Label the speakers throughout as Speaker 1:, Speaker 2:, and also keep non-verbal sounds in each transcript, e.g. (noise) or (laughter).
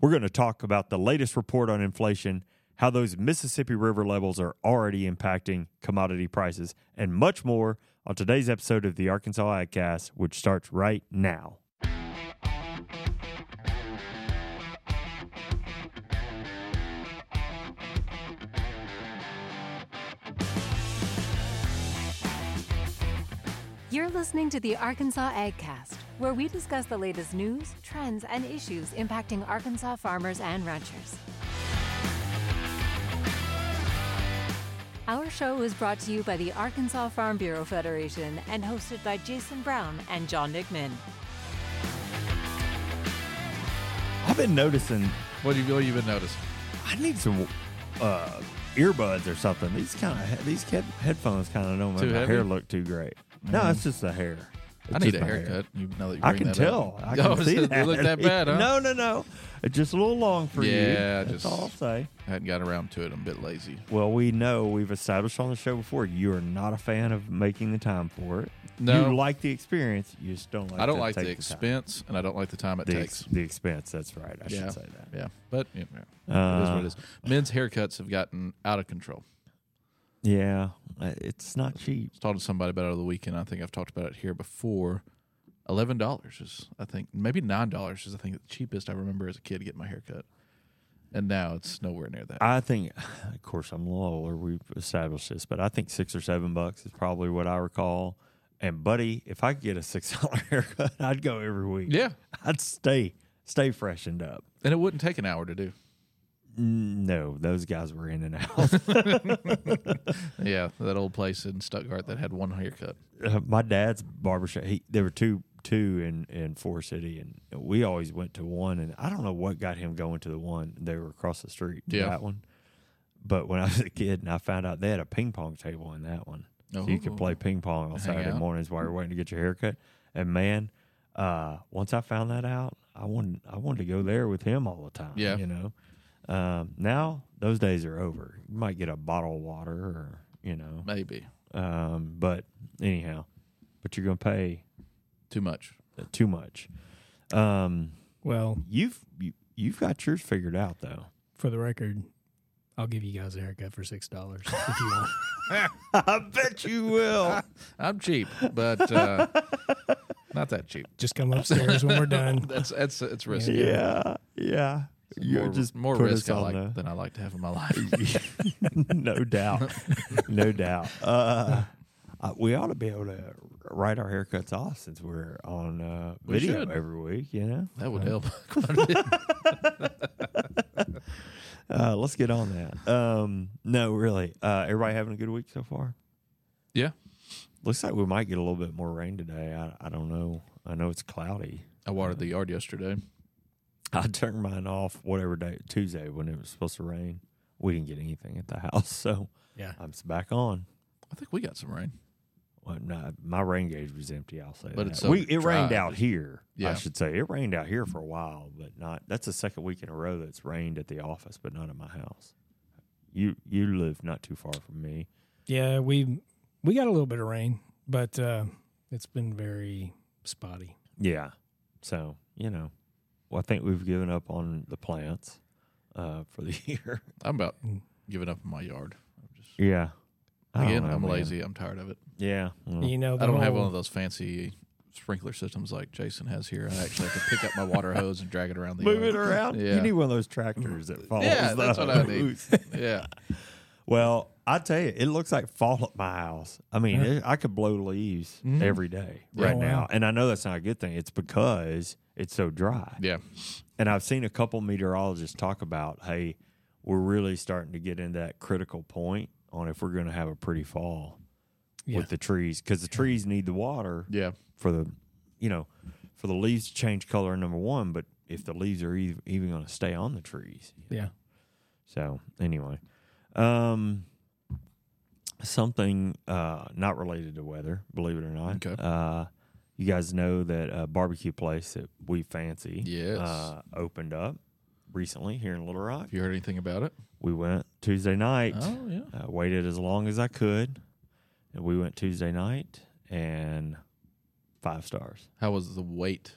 Speaker 1: We're going to talk about the latest report on inflation, how those Mississippi River levels are already impacting commodity prices, and much more on today's episode of the Arkansas AgCast, which starts right now.
Speaker 2: You're listening to the Arkansas AgCast, where we discuss the latest news, trends, and issues impacting Arkansas farmers and ranchers. Our show is brought to you by the Arkansas Farm Bureau Federation and hosted by Jason Brown and John Nickman.
Speaker 1: I've been noticing
Speaker 3: What have you, what have you been noticing?
Speaker 1: I need some uh, earbuds or something. These kind of these head, headphones kind of don't make
Speaker 3: Too
Speaker 1: my
Speaker 3: heavy? Mm-hmm.
Speaker 1: hair look too great. No, it's just the hair. It's
Speaker 3: I need
Speaker 1: just
Speaker 3: a
Speaker 1: my hair.
Speaker 3: haircut. You know that you
Speaker 1: I
Speaker 3: bring
Speaker 1: can
Speaker 3: that
Speaker 1: tell.
Speaker 3: Up. (laughs)
Speaker 1: I can
Speaker 3: Oh,
Speaker 1: see
Speaker 3: it
Speaker 1: that. (laughs)
Speaker 3: looked that bad, huh?
Speaker 1: No, no, no. It's just a little long for you.
Speaker 3: Yeah,
Speaker 1: That's
Speaker 3: just-
Speaker 1: all I'll say.
Speaker 3: I hadn't got around to it. I'm a bit lazy.
Speaker 1: Well, we know we've established on the show before you are not a fan of making the time for it.
Speaker 3: No.
Speaker 1: you like the experience. You just don't like.
Speaker 3: I don't
Speaker 1: to
Speaker 3: like
Speaker 1: take
Speaker 3: the
Speaker 1: time.
Speaker 3: expense, and I don't like the time it
Speaker 1: The,
Speaker 3: takes.
Speaker 1: ex- the expense. That's right. I
Speaker 3: yeah,
Speaker 1: should say that.
Speaker 3: yeah, but you know, it is
Speaker 1: Uh,
Speaker 3: what it is. Men's haircuts have gotten out of control.
Speaker 1: Yeah, uh, it's not cheap.
Speaker 3: I was talking to somebody about it over the weekend. I think I've talked about it here before. Eleven dollars is, I think, maybe nine dollars is, I think, the cheapest I remember as a kid getting my haircut, and now it's nowhere near that.
Speaker 1: I think, (sighs) of course, I'm a little older. We've established this, but I think six or seven bucks is probably what I recall. And buddy, if I could get a (laughs) six dollar haircut, I'd go every week.
Speaker 3: yeah,
Speaker 1: I'd stay stay freshened up.
Speaker 3: and it wouldn't take an hour to do.
Speaker 1: No, those guys were in and out.
Speaker 3: Yeah, that old place in Stuttgart that had one haircut.
Speaker 1: Uh, My dad's barbershop. He, there were two two in in Forest City, and we always went to one. And I don't know what got him going to the one. They were across the street. to
Speaker 3: Yeah.
Speaker 1: that one. But when I was a kid, and I found out they had a ping pong table in that one. So you could
Speaker 3: Ooh.
Speaker 1: play ping pong on Saturday
Speaker 3: Oh. out.
Speaker 1: mornings while you're waiting to get your haircut. And man, uh, once I found that out, I wanted I wanted to go there with him all the time.
Speaker 3: Yeah.
Speaker 1: you know. Um, now those days are over. You might get a bottle of water, or you know.
Speaker 3: Maybe
Speaker 1: Um, but anyhow, but you're gonna pay
Speaker 3: too much.
Speaker 1: too much. Um,
Speaker 4: Well,
Speaker 1: you've you, you've got yours figured out though.
Speaker 4: for the record, I'll give you guys a haircut for six dollars if you want. (laughs)
Speaker 1: I bet you will.
Speaker 3: I'm cheap,
Speaker 1: (laughs)
Speaker 3: but uh, not that cheap.
Speaker 4: Just come upstairs when
Speaker 3: (laughs)
Speaker 4: we're done.
Speaker 3: That's that's it's risky.
Speaker 1: yeah, yeah.
Speaker 3: more,
Speaker 1: You're just
Speaker 3: more
Speaker 1: put
Speaker 3: risk
Speaker 1: us
Speaker 3: I
Speaker 1: on
Speaker 3: like
Speaker 1: the-
Speaker 3: than I like to have in my
Speaker 1: (laughs)
Speaker 3: life.
Speaker 1: no
Speaker 3: (laughs)
Speaker 1: doubt, no doubt. Uh, uh, we ought to be able to write our haircuts off since we're on uh,
Speaker 3: We
Speaker 1: video
Speaker 3: should.
Speaker 1: every week. You know,
Speaker 3: that would
Speaker 1: Uh,
Speaker 3: help.
Speaker 1: Uh, let's get on that. Um, no, really. Uh, everybody having a good week so far?
Speaker 3: yeah,
Speaker 1: Looks like we might get a little bit more rain today. I, I don't know. I know it's cloudy. (laughs)
Speaker 3: I watered the yard yesterday.
Speaker 1: I turned mine off whatever day Tuesday when it was supposed to rain. We didn't get anything at the (laughs) house, so
Speaker 4: Yeah.
Speaker 1: I'm s- back on.
Speaker 3: I think we got some rain.
Speaker 1: Well, no, my rain gauge was empty. I'll say
Speaker 3: But
Speaker 1: that.
Speaker 3: it's so
Speaker 1: we, it rained
Speaker 3: dry.
Speaker 1: out here. I
Speaker 3: Yeah.
Speaker 1: should say it rained out here for a while, but not. That's the second week in a row that's rained at the office, but not at my house. You you live not too far from me.
Speaker 4: Yeah, we we got a little bit of rain, but uh, it's been very spotty.
Speaker 1: Yeah, so you know, well, I think we've given up on the plants uh, for the (laughs) year.
Speaker 3: I'm about
Speaker 4: Mm.
Speaker 3: giving up on my yard. I'm just,
Speaker 1: Yeah, I don't
Speaker 3: again,
Speaker 1: know,
Speaker 3: I'm
Speaker 1: Oh, man.
Speaker 3: lazy. I'm tired of it.
Speaker 1: Yeah, well,
Speaker 4: You know, the
Speaker 3: Hmm. I don't have
Speaker 4: whole-
Speaker 3: one of those fancy sprinkler systems like Jason has here. I actually have to pick up my water
Speaker 1: (laughs)
Speaker 3: hose and drag it around the
Speaker 1: move
Speaker 3: yard.
Speaker 1: it around.
Speaker 3: Yeah.
Speaker 1: You need one of those tractors that follows.
Speaker 3: Yeah, that's
Speaker 1: the
Speaker 3: what I need.
Speaker 1: hose.
Speaker 3: Yeah,
Speaker 1: (laughs) Well, I tell you, it looks like fall at my house. I mean, it, I could blow leaves every day right
Speaker 4: Oh,
Speaker 1: now,
Speaker 4: wow.
Speaker 1: and I know that's not a good thing. It's because it's so dry,
Speaker 3: yeah.
Speaker 1: and I've seen a couple meteorologists talk about, hey, we're really starting to get in that critical point on if we're going to have a pretty fall
Speaker 4: Yeah.
Speaker 1: with the trees because the trees need the water
Speaker 3: Yeah,
Speaker 1: for the you know for the leaves to change color number one but if the leaves are ev- even going to stay on the trees
Speaker 4: Yeah.
Speaker 1: so anyway um something uh not related to weather believe it or not
Speaker 3: Okay.
Speaker 1: uh you guys know that uh, barbecue place that we fancy
Speaker 3: Yes.
Speaker 1: uh opened up recently here in little rock
Speaker 3: Have you heard anything about it?
Speaker 1: we went tuesday night
Speaker 3: Oh yeah.
Speaker 1: I waited as long as I could, and we went Tuesday night and five stars.
Speaker 3: How was the wait?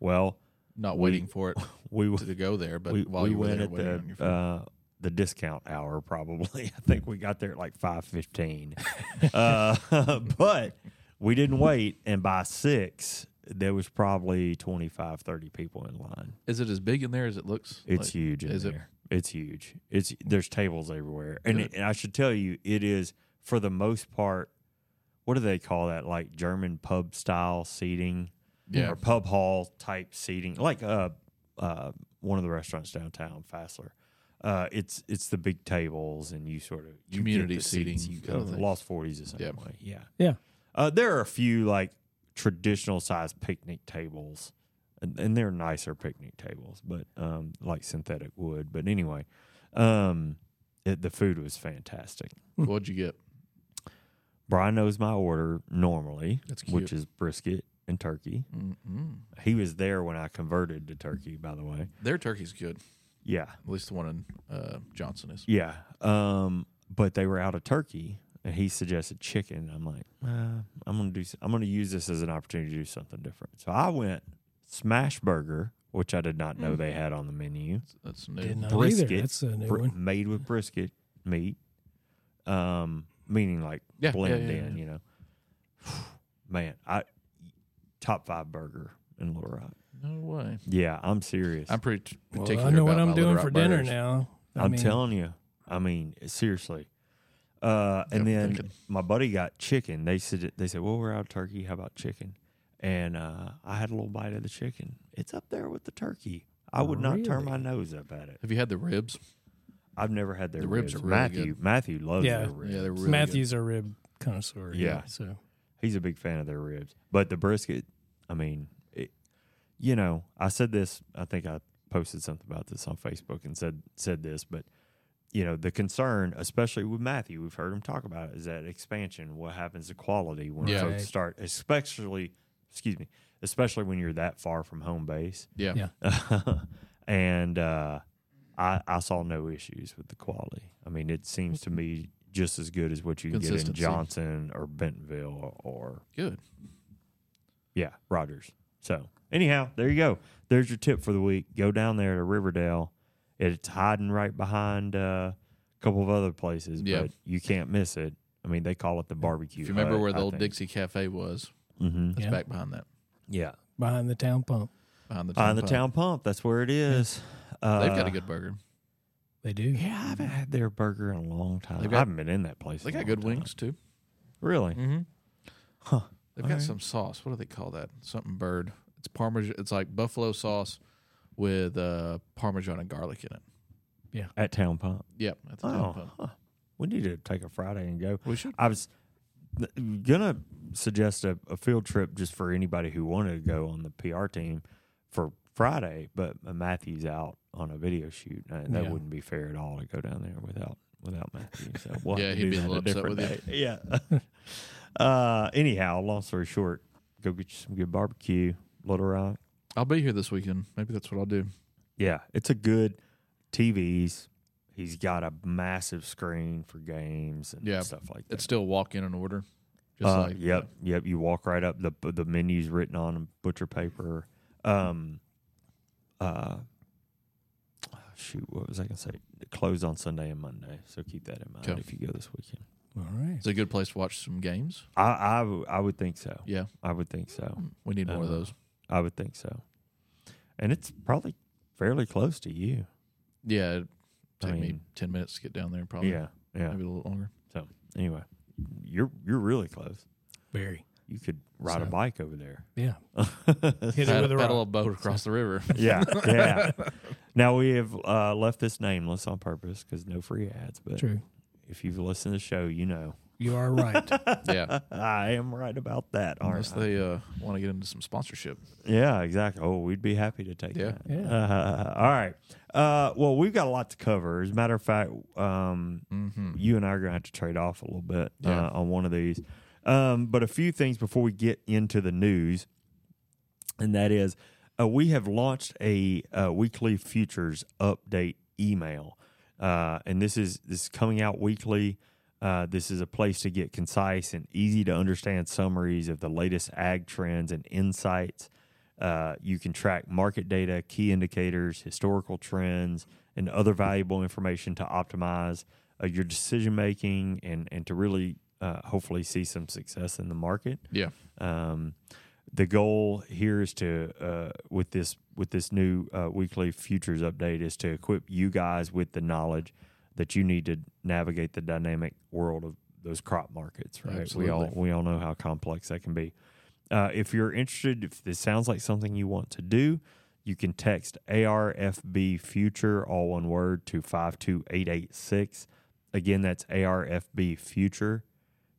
Speaker 1: Well,
Speaker 3: not
Speaker 1: We-
Speaker 3: waiting for it
Speaker 1: We
Speaker 3: to, to go there, but
Speaker 1: we,
Speaker 3: while
Speaker 1: we
Speaker 3: you were
Speaker 1: went
Speaker 3: there
Speaker 1: at
Speaker 3: waiting on your
Speaker 1: the
Speaker 3: phone.
Speaker 1: uh, the discount hour probably. (laughs) I think we got there at like five
Speaker 3: (laughs)
Speaker 1: fifteen, uh, (laughs) but we didn't wait, and by six there was probably 25, 30 people in line.
Speaker 3: is it as big in there as it looks?
Speaker 1: It's
Speaker 3: Like,
Speaker 1: huge in
Speaker 3: is it-
Speaker 1: there. It's huge. It's there's tables everywhere, and,
Speaker 3: Good.
Speaker 1: it, and I should tell you, it is for the most part. What do they call that? Like German pub style seating,
Speaker 3: Yeah.
Speaker 1: or pub hall type seating, like uh, uh, one of the restaurants downtown, Fassler. Uh, it's it's the big tables, and you sort of you get
Speaker 3: Community
Speaker 1: the seats
Speaker 3: seating
Speaker 1: You
Speaker 3: kind
Speaker 1: go
Speaker 3: of thing.
Speaker 1: Lost Forties the same
Speaker 3: Yep.
Speaker 1: way. Yeah,
Speaker 4: Yeah.
Speaker 1: Uh, there are a few like traditional sized picnic tables and, and they're nicer picnic tables, but um, like synthetic wood. But anyway, um, it, the food was fantastic.
Speaker 3: What'd you get?
Speaker 1: Brian knows my order normally,
Speaker 3: That's cute.
Speaker 1: which is brisket and turkey.
Speaker 3: Mm-mm.
Speaker 1: He was there when I converted to turkey, by the way.
Speaker 3: Their turkey's good.
Speaker 1: Yeah,
Speaker 3: At least the one in uh, Johnson is.
Speaker 1: yeah. Um, but they were out of turkey, and he suggested chicken. I'm like, uh, I'm gonna do. s- I'm gonna use this as an opportunity to do something different. So I went smash burger, which I did not know
Speaker 3: Mm-hmm.
Speaker 1: they had on the menu.
Speaker 3: That's new.
Speaker 4: Did not
Speaker 1: brisket.
Speaker 4: either. That's a new
Speaker 1: br-
Speaker 4: one.
Speaker 1: made with brisket meat. Um, meaning like
Speaker 3: Yeah, yeah,
Speaker 1: blend
Speaker 3: yeah,
Speaker 1: in,
Speaker 3: yeah.
Speaker 1: you know. (sighs) Man, I top five burger in Little Rock.
Speaker 3: No way.
Speaker 1: Yeah, I'm serious.
Speaker 3: I'm pretty t-
Speaker 4: Well,
Speaker 3: particular.
Speaker 4: I know what
Speaker 3: about
Speaker 4: I'm
Speaker 3: my Little
Speaker 4: doing
Speaker 3: Rock
Speaker 4: for dinner
Speaker 3: burgers.
Speaker 4: now. I
Speaker 1: I'm
Speaker 4: mean,
Speaker 1: telling you. I mean, seriously. Uh, and
Speaker 3: Yeah, I'm
Speaker 1: then
Speaker 3: thinking.
Speaker 1: my buddy got chicken. They said they said, "Well, we're out of turkey. How about chicken?" And uh, I had a little bite of the chicken. It's up there with the turkey. I
Speaker 4: Oh,
Speaker 1: would not turn my nose up at it.
Speaker 3: Have you had the ribs?
Speaker 1: I've never had their
Speaker 3: The
Speaker 1: ribs.
Speaker 3: ribs are really
Speaker 1: Matthew Matthew loves
Speaker 4: Yeah.
Speaker 1: their ribs.
Speaker 3: Yeah, they're really good.
Speaker 4: Matthew's a rib connoisseur.
Speaker 1: Yeah.
Speaker 4: So
Speaker 1: he's a big fan of their ribs. But the brisket, I mean, it, you know, I said this. I think I posted something about this on Facebook and said said this, but you know, the concern, especially with Matthew, we've heard him talk about it, is that expansion. What happens to quality when
Speaker 3: Yeah.
Speaker 1: folks start, especially, excuse me, especially when you're that far from home base. (laughs)
Speaker 3: Yeah.
Speaker 4: Yeah.
Speaker 1: and uh, I, I saw no issues with the quality. I mean, it seems to me just as good as what you can get in
Speaker 3: Mm-hmm. Consistency.
Speaker 1: Johnson or Bentonville or
Speaker 3: Good.
Speaker 1: yeah, Rogers. So anyhow, there you go. There's your tip for the week. Go down there to Riverdale. It's hiding right behind uh, a couple of other places,
Speaker 3: Yeah.
Speaker 1: but you can't miss it. I mean, they call it the barbecue.
Speaker 3: If you remember
Speaker 1: Hut,
Speaker 3: where the
Speaker 1: I
Speaker 3: old
Speaker 1: think.
Speaker 3: Dixie Cafe was,
Speaker 1: Mhm.
Speaker 3: that's
Speaker 4: Yeah.
Speaker 3: back behind that.
Speaker 1: yeah,
Speaker 4: behind the town pump,
Speaker 3: Behind the town.
Speaker 1: behind the
Speaker 3: pub.
Speaker 1: town pump. That's where it is. Uh,
Speaker 3: They've got a good burger.
Speaker 4: they do.
Speaker 1: Yeah, I haven't had their burger in a long time.
Speaker 3: They've
Speaker 1: I
Speaker 3: got-
Speaker 1: haven't been in that place.
Speaker 3: They
Speaker 1: in a
Speaker 3: got
Speaker 1: long
Speaker 3: good
Speaker 1: time.
Speaker 3: wings too.
Speaker 1: Really?
Speaker 3: Mm-hmm.
Speaker 1: Huh.
Speaker 3: They've
Speaker 1: All
Speaker 3: got
Speaker 1: right.
Speaker 3: some sauce. What do they call that? Something bird. It's parmesan. It's like buffalo sauce with uh, parmesan and garlic in it.
Speaker 1: At Town Pump.
Speaker 3: Yep. At the town
Speaker 1: Oh,
Speaker 3: pub.
Speaker 1: huh. we need to take a Friday and go.
Speaker 3: We should.
Speaker 1: I was gonna suggest a, a field trip just for anybody who wanted to go on the PR team for Friday, but Matthew's out on a video shoot, and that
Speaker 4: Yeah.
Speaker 1: wouldn't be fair at all to go down there without without Matthew. So we'll
Speaker 3: Yeah,
Speaker 1: have to do
Speaker 3: he'd be a
Speaker 1: that
Speaker 3: little upset
Speaker 1: different
Speaker 3: with
Speaker 1: day. (laughs) Yeah. uh, anyhow, long story short, go get you some good barbecue, Little Rock.
Speaker 3: I'll be here this weekend. Maybe that's what I'll do.
Speaker 1: Yeah, it's a good TVs. He's got a massive screen for games and
Speaker 3: Yeah,
Speaker 1: stuff like that.
Speaker 3: It's still walk in and order. Just
Speaker 1: Uh,
Speaker 3: like
Speaker 1: yep, yep. You walk right up. the The menu's written on butcher paper. Um, uh, oh, shoot, what was I gonna say? It closed on Sunday and Monday, so keep that in mind
Speaker 3: Okay.
Speaker 1: if you go this weekend.
Speaker 4: All right.
Speaker 3: It's a good place to watch some games.
Speaker 1: I I w- I would think so.
Speaker 3: Yeah.
Speaker 1: I would think so.
Speaker 3: We need more of
Speaker 1: Uh,
Speaker 3: those.
Speaker 1: I would think so. And it's probably fairly close to you.
Speaker 3: Yeah. It'd
Speaker 1: I
Speaker 3: take me
Speaker 1: mean-
Speaker 3: 10 minutes to get down there, probably.
Speaker 1: yeah, yeah.
Speaker 3: Maybe a little longer.
Speaker 1: Anyway, you're you're really close.
Speaker 3: (laughs)
Speaker 4: Very.
Speaker 1: You could ride a
Speaker 4: So-
Speaker 1: bike over there.
Speaker 4: Yeah. Hit it
Speaker 3: Paddle,
Speaker 4: with a
Speaker 3: paddle a
Speaker 4: rock.
Speaker 3: boat across
Speaker 1: (laughs)
Speaker 3: the river.
Speaker 1: yeah, yeah. Now we have uh, left this nameless on purpose because no free ads. But
Speaker 4: True.
Speaker 1: if you've listened to the show, you know (laughs)
Speaker 4: You are right.
Speaker 3: yeah.
Speaker 1: I am right about that, aren't
Speaker 3: Unless
Speaker 1: I?
Speaker 3: they uh, want to get into some sponsorship.
Speaker 1: Yeah, exactly. Oh, we'd be happy to take
Speaker 3: Yeah.
Speaker 1: that.
Speaker 4: Yeah.
Speaker 1: Uh, (laughs) all right. Uh, well, we've got a lot to cover. As a matter of fact, um,
Speaker 3: Mm-hmm.
Speaker 1: you and I are going to have to trade off a little bit
Speaker 3: Yeah.
Speaker 1: uh, on one of these. Um, but a few things before we get into the news, and that is uh, we have launched a uh, weekly futures update email, uh, and this is this is coming out weekly. Uh, this is a place to get concise and easy to understand summaries of the latest ag trends and insights. Uh, Uh, you can track market data, key indicators, historical trends, and other valuable information to optimize uh, your decision making and and to really uh, hopefully see some success in the market.
Speaker 3: Yeah.
Speaker 1: Um, the goal here is to uh, with this with this new uh, weekly futures update is to equip you guys with the knowledge that you need to navigate the dynamic world of those crop markets. Right?
Speaker 3: Absolutely.
Speaker 1: We all we all know how complex that can be. Uh, if you're interested, if this sounds like something you want to do, you can text ARFB Future all one word to five two eight eight six. Again, that's ARFB Future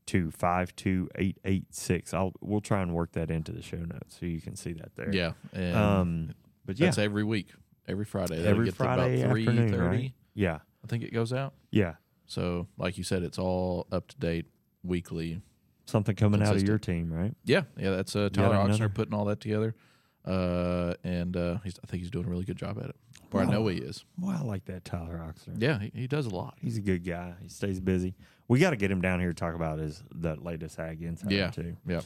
Speaker 1: to 52886. I'll we'll try and work that into the show notes so you can see that there.
Speaker 3: Yeah. And
Speaker 1: Um but yeah,
Speaker 3: that's every week, every Friday. That'll
Speaker 1: every
Speaker 3: get to
Speaker 1: Friday
Speaker 3: about three
Speaker 1: afternoon,
Speaker 3: thirty.
Speaker 1: right? Yeah.
Speaker 3: I think it goes out.
Speaker 1: Yeah.
Speaker 3: So, like you said, it's all up to date weekly.
Speaker 1: Something coming out of your team, right?
Speaker 3: Yeah, yeah, that's uh, Tyler
Speaker 1: another-
Speaker 3: Oxner putting all that together, uh, and uh, he's, I think he's doing a really good job at it. Or I
Speaker 1: Wow.
Speaker 3: know he is.
Speaker 1: Well, I like that Tyler Oxner.
Speaker 3: Yeah, he, he does a lot.
Speaker 1: He's a good guy. He stays busy. We got to get him down here to talk about his the latest ag insight
Speaker 3: Yeah,
Speaker 1: too.
Speaker 3: yeah,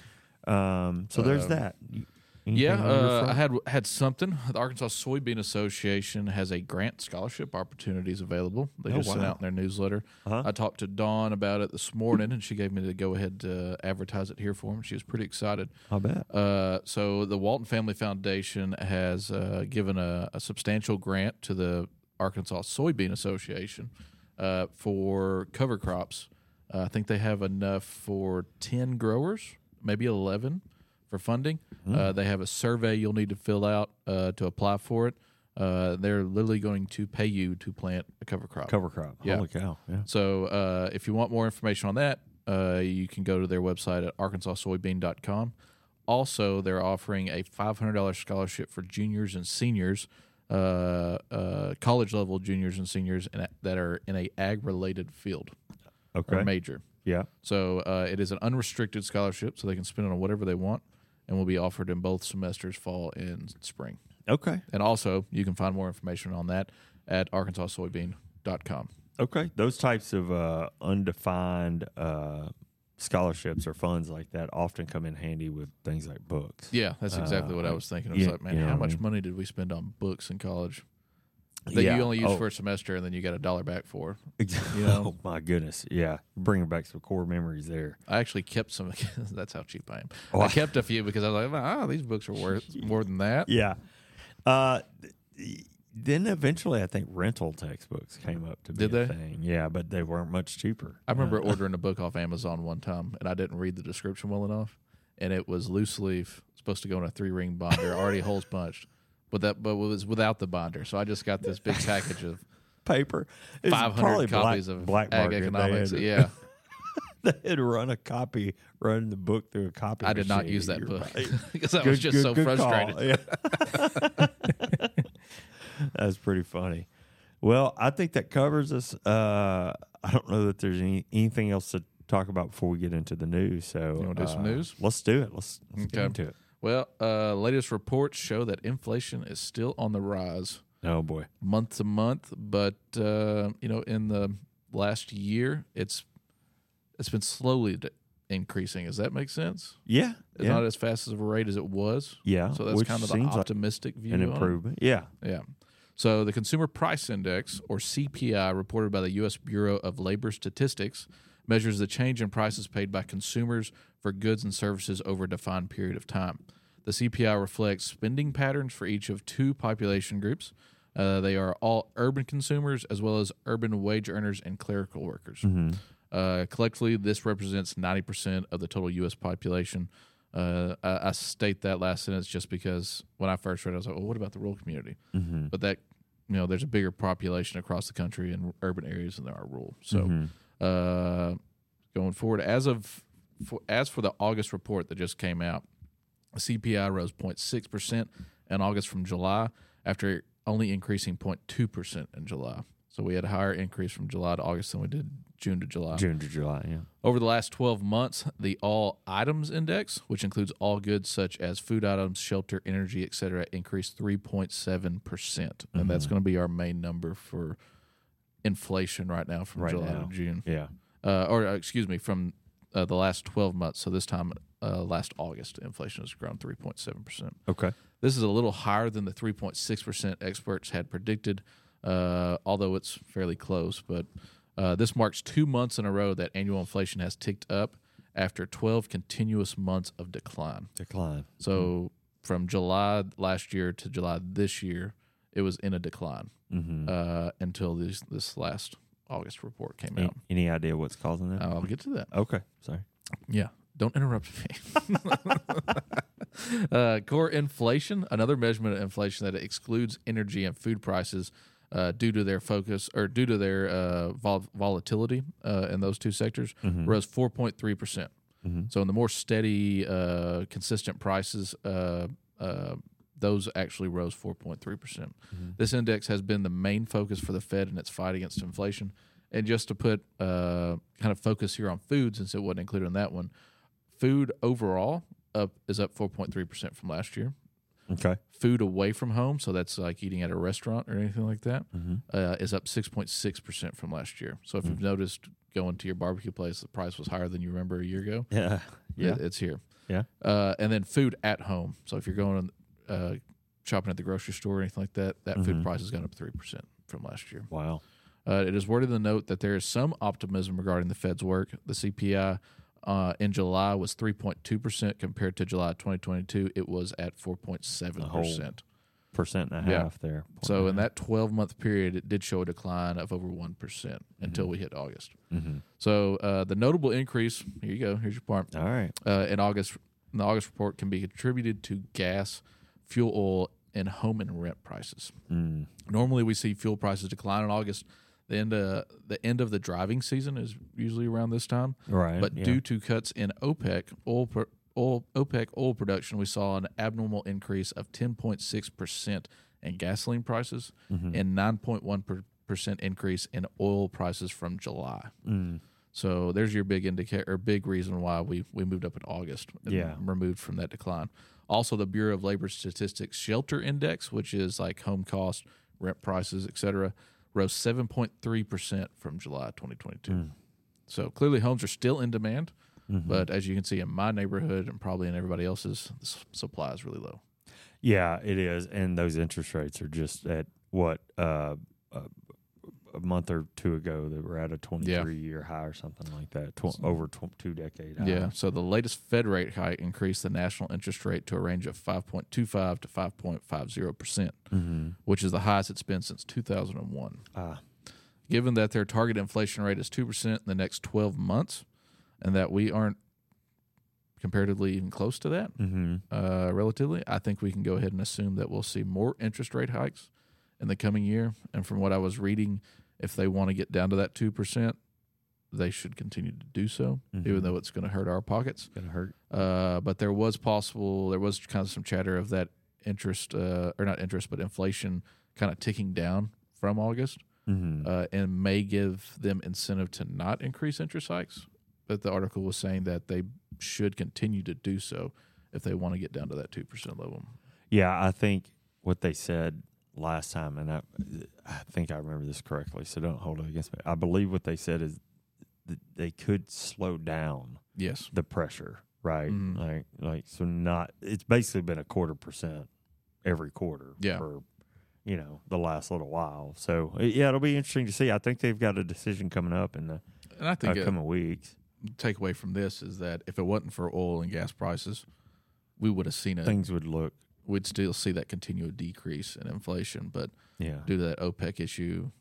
Speaker 1: Um so there's
Speaker 3: Um,
Speaker 1: that. Y- anything
Speaker 3: yeah.
Speaker 1: on your
Speaker 3: Uh, I
Speaker 1: front?
Speaker 3: had had something. The Arkansas Soybean Association has a grant scholarship opportunities available. They
Speaker 1: Oh,
Speaker 3: just sent
Speaker 1: wow.
Speaker 3: out in their newsletter.
Speaker 1: Uh-huh.
Speaker 3: I talked to Dawn about it this morning, and she gave me the go ahead to advertise it here for him. She was pretty excited.
Speaker 1: I bet.
Speaker 3: Uh, so the Walton Family Foundation has uh, given a, a substantial grant to the Arkansas Soybean Association uh, for cover crops. Uh, I think they have enough for ten growers, maybe eleven, for funding. Uh, they have a survey you'll need to fill out uh, to apply for it. Uh, they're literally going to pay you to plant a cover crop.
Speaker 1: Cover crop.
Speaker 3: yeah.
Speaker 1: Holy cow. Yeah.
Speaker 3: So uh, if you want more information on that, uh, you can go to their website at arkansassoybean.com. Also, they're offering a $500 scholarship for juniors and seniors, uh, uh, college level juniors and seniors in a- that are in a ag related field or
Speaker 1: Okay.
Speaker 3: major.
Speaker 1: Yeah.
Speaker 3: So uh, it is an unrestricted scholarship, so they can spend it on whatever they want and will be offered in both semesters, fall and spring.
Speaker 1: Okay.
Speaker 3: And also, you can find more information on that at arkansassoybean.com.
Speaker 1: Okay, those types of uh, undefined uh, scholarships or funds like that often come in handy with things like books.
Speaker 3: Yeah, that's exactly what I was thinking. I was
Speaker 1: Uh, yeah,
Speaker 3: like, man,
Speaker 1: yeah, I
Speaker 3: how much
Speaker 1: mean-
Speaker 3: money did we spend on books in college that
Speaker 1: Yeah.
Speaker 3: you only used
Speaker 1: Oh.
Speaker 3: for a semester and then you got a dollar back for?
Speaker 1: Exactly.
Speaker 3: You know?
Speaker 1: (laughs) Oh my goodness, yeah, bringing back some core memories there.
Speaker 3: I actually kept some. (laughs) that's how cheap I am.
Speaker 1: Oh,
Speaker 3: I
Speaker 1: I-
Speaker 3: kept a few because I was like, ah, these books are worth
Speaker 1: (laughs)
Speaker 3: more than that.
Speaker 1: Yeah. Uh, th- then eventually, I think rental textbooks came up to be
Speaker 3: Did
Speaker 1: a
Speaker 3: they?
Speaker 1: thing. Yeah, but they weren't much cheaper.
Speaker 3: I remember ordering a book off Amazon one time and I didn't read the description well enough, and it was loose leaf, supposed to go in a three ring binder, already holes punched, but that but it was without the binder, so I just got this big
Speaker 1: (laughs)
Speaker 3: package of
Speaker 1: paper. It was
Speaker 3: five
Speaker 1: probably
Speaker 3: hundred
Speaker 1: black-
Speaker 3: copies of
Speaker 1: black
Speaker 3: ag
Speaker 1: market. They
Speaker 3: economics.
Speaker 1: had-
Speaker 3: Yeah.
Speaker 1: they had run a copy, run the book through a copy.
Speaker 3: I did not
Speaker 1: machine.
Speaker 3: use that
Speaker 1: You're
Speaker 3: book
Speaker 1: right.
Speaker 3: (laughs) because I
Speaker 1: Good-
Speaker 3: was just
Speaker 1: good-
Speaker 3: so
Speaker 1: good call.
Speaker 3: frustrated.
Speaker 1: Yeah. (laughs) That's pretty funny. Well, I think that covers us. Uh, I don't know that there's any, anything else to talk about before we get into the news. So,
Speaker 3: wanna do some
Speaker 1: uh,
Speaker 3: news?
Speaker 1: Let's do it. Let's, let's get
Speaker 3: Okay.
Speaker 1: into it.
Speaker 3: Well, uh, latest reports show that inflation is still on the rise
Speaker 1: Oh boy,
Speaker 3: month to month, but uh, you know, in the last year, it's it's been slowly d- increasing. Does that make sense?
Speaker 1: yeah,
Speaker 3: It's
Speaker 1: yeah,
Speaker 3: not as fast as a rate as it was.
Speaker 1: yeah.
Speaker 3: So that's
Speaker 1: which
Speaker 3: kind of the
Speaker 1: seems like
Speaker 3: optimistic view.
Speaker 1: an
Speaker 3: on it.
Speaker 1: improvement. Yeah,
Speaker 3: Yeah. So the Consumer Price Index, or CPI, reported by the U.S. Bureau of Labor Statistics, measures the change in prices paid by consumers for goods and services over a defined period of time. The CPI reflects spending patterns for each of two population groups. Uh, they are all urban consumers as well as urban wage earners and clerical workers. Uh, collectively, this represents 90% of the total U.S. population. Uh, I, I state that last sentence just because when I first read it, I was like, well, what about the rural community? But that, you know, there's a bigger population across the country in urban areas than there are rural. So uh, going forward, as of for, as for the August report that just came out, CPI rose 0.6% in August from July after only increasing 0.2% in July. So we had a higher increase from July to August than we did June to July.
Speaker 1: June to July. Yeah.
Speaker 3: Over the last 12 months, the All Items Index, which includes all goods such as food items, shelter, energy, etc., increased 3.7%. percent And that's
Speaker 1: Mm-hmm.
Speaker 3: going to be our main number for inflation right now from
Speaker 1: Right
Speaker 3: July
Speaker 1: now.
Speaker 3: to June.
Speaker 1: Yeah.
Speaker 3: Uh, or, uh, excuse me, from uh, the last 12 months. So this time, uh, last August, inflation has grown 3.7%.
Speaker 1: Okay.
Speaker 3: This is a little higher than the 3.6% experts had predicted, uh, although it's fairly close. But uh, this marks two months in a row that annual inflation has ticked up after 12 continuous months of decline.
Speaker 1: Decline.
Speaker 3: So from July last year to July this year, it was in a decline
Speaker 1: Mm-hmm.
Speaker 3: uh, until this this last August report came
Speaker 1: Any,
Speaker 3: out.
Speaker 1: any idea what's causing that?
Speaker 3: I'll get to that.
Speaker 1: okay. Sorry.
Speaker 3: Yeah. Don't interrupt me. (laughs) uh, core inflation, another measurement of inflation that excludes energy and food prices uh, due to their focus or due to their uh, vol- volatility uh, in those two sectors,
Speaker 1: Mm-hmm.
Speaker 3: rose 4.3%. percent So, in the more steady, uh, consistent prices, uh, uh, those actually rose 4.3%. percent
Speaker 1: Mm-hmm.
Speaker 3: This index has been the main focus for the Fed in its fight against inflation. And just to put uh, kind of focus here on food, since it wasn't included in that one, food overall up is up 4.3% from last year.
Speaker 1: Okay.
Speaker 3: Food away from home, so that's like eating at a restaurant or anything like that,
Speaker 1: Mm-hmm.
Speaker 3: uh, is up 6.6% from last year. So if you've noticed going to your barbecue place, the price was higher than you remember a year ago.
Speaker 1: Yeah.
Speaker 3: Yeah, it's here.
Speaker 1: Yeah.
Speaker 3: Uh, and then food at home. So if you're going uh, shopping at the grocery store or anything like that, that food price has gone up 3% from last year.
Speaker 1: Wow.
Speaker 3: Uh, it is worthy to note that there is some optimism regarding the Fed's work. The CPI uh, in July was 3.2% compared to July 2022. It was at 4.7%.
Speaker 1: Percent and a
Speaker 3: Yeah.
Speaker 1: half there.
Speaker 3: So in that 12 month period, it did show a decline of over 1% percent until we hit August. So uh, the notable increase, here you go, here's your part
Speaker 1: Mm-hmm. All right.
Speaker 3: uh, in August. In the August report can be attributed to gas, fuel oil, and home and rent prices. Normally, we see fuel prices decline in August. The end, uh, the end of the driving season is usually around this time.
Speaker 1: Right,
Speaker 3: But
Speaker 1: yeah.
Speaker 3: due to cuts in OPEC oil, pro- oil, OPEC oil production, we saw an abnormal increase of 10.6 percent in gasoline prices
Speaker 1: Mm-hmm.
Speaker 3: and 9.1 percent increase in oil prices from July.
Speaker 1: Mm.
Speaker 3: So there's your big indicator, or big reason why we we moved up in August, and
Speaker 1: Yeah.
Speaker 3: removed from that decline. Also, the Bureau of Labor Statistics Shelter Index, which is like home cost, rent prices, etc., rose 7.3 percent from July 2022.
Speaker 1: Mm.
Speaker 3: So clearly, homes are still in demand,
Speaker 1: Mm-hmm.
Speaker 3: but as you can see in my neighborhood and probably in everybody else's, the s- supply is really low.
Speaker 1: Yeah, it is, and those interest rates are just at what uh, a, a month or two ago they were at a twenty-three year high or something like that, tw- over tw- two decade high.
Speaker 3: Yeah. So the latest Fed rate hike increased the national interest rate to a range of 5.25 to 5.50 percent, which is the highest it's been since 2001.
Speaker 1: Ah.
Speaker 3: Given that their target inflation rate is two percent in the next 12 months, and that we aren't comparatively even close to that,
Speaker 1: Mm-hmm.
Speaker 3: uh, relatively, I think we can go ahead and assume that we'll see more interest rate hikes in the coming year. And from what I was reading, if they want to get down to that 2%, they should continue to do so,
Speaker 1: Mm-hmm.
Speaker 3: even though it's going to hurt our pockets.
Speaker 1: Gonna hurt.
Speaker 3: Uh, but there was possible, there was kind of some chatter of that interest, uh, or not interest, but inflation kind of ticking down from August
Speaker 1: Mm-hmm.
Speaker 3: uh, and may give them incentive to not increase interest hikes. But the article was saying that they should continue to do so if they want to get down to that 2% level.
Speaker 1: Yeah, I think what they said last time, and I, I think I remember this correctly, so don't hold it against me. I believe what they said is that they could slow down
Speaker 3: Yes.
Speaker 1: the pressure, right?
Speaker 3: Mhm.
Speaker 1: Like, like so not. It's basically been a quarter percent every quarter
Speaker 3: Yeah.
Speaker 1: for you know the last little while. So i- yeah, it'll be interesting to see. I think they've got a decision coming up in the
Speaker 3: And I
Speaker 1: uh,
Speaker 3: think a
Speaker 1: coming weeks.
Speaker 3: takeaway from this is that if it wasn't for oil and gas prices, we would have seen a
Speaker 1: Things would look
Speaker 3: We'd still see that continued decrease in inflation. But
Speaker 1: yeah,
Speaker 3: due to that OPEC issue,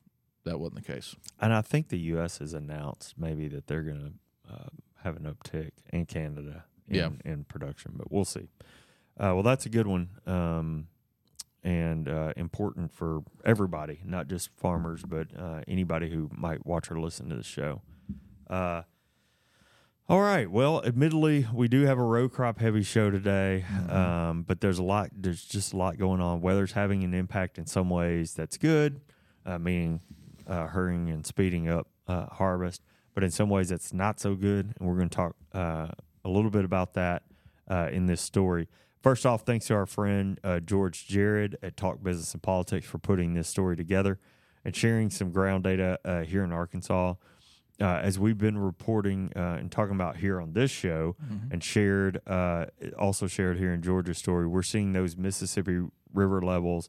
Speaker 3: that wasn't the case.
Speaker 1: and I think the U.S. has announced maybe that they're going to uh, have an uptick in Canada in,
Speaker 3: Yeah.
Speaker 1: in production, but we'll see. Uh, well, that's a good one. Um, and uh, important for everybody, not just farmers, but uh, anybody who might watch or listen to the show. Uh, all right. Well, admittedly, we do have a row crop heavy show today, um, but there's a lot. There's just a lot going on. Weather's having an impact in some ways. That's good, uh, meaning uh, hurrying and speeding up uh, harvest. But in some ways, that's not so good, and we're going to talk uh, a little bit about that uh, in this story. First off, thanks to our friend uh, George Jared at Talk Business and Politics for putting this story together and sharing some ground data uh, here in Arkansas. uh, as we've been reporting uh, and talking about here on this show and shared, uh, also shared here in Georgia story, we're seeing those Mississippi River levels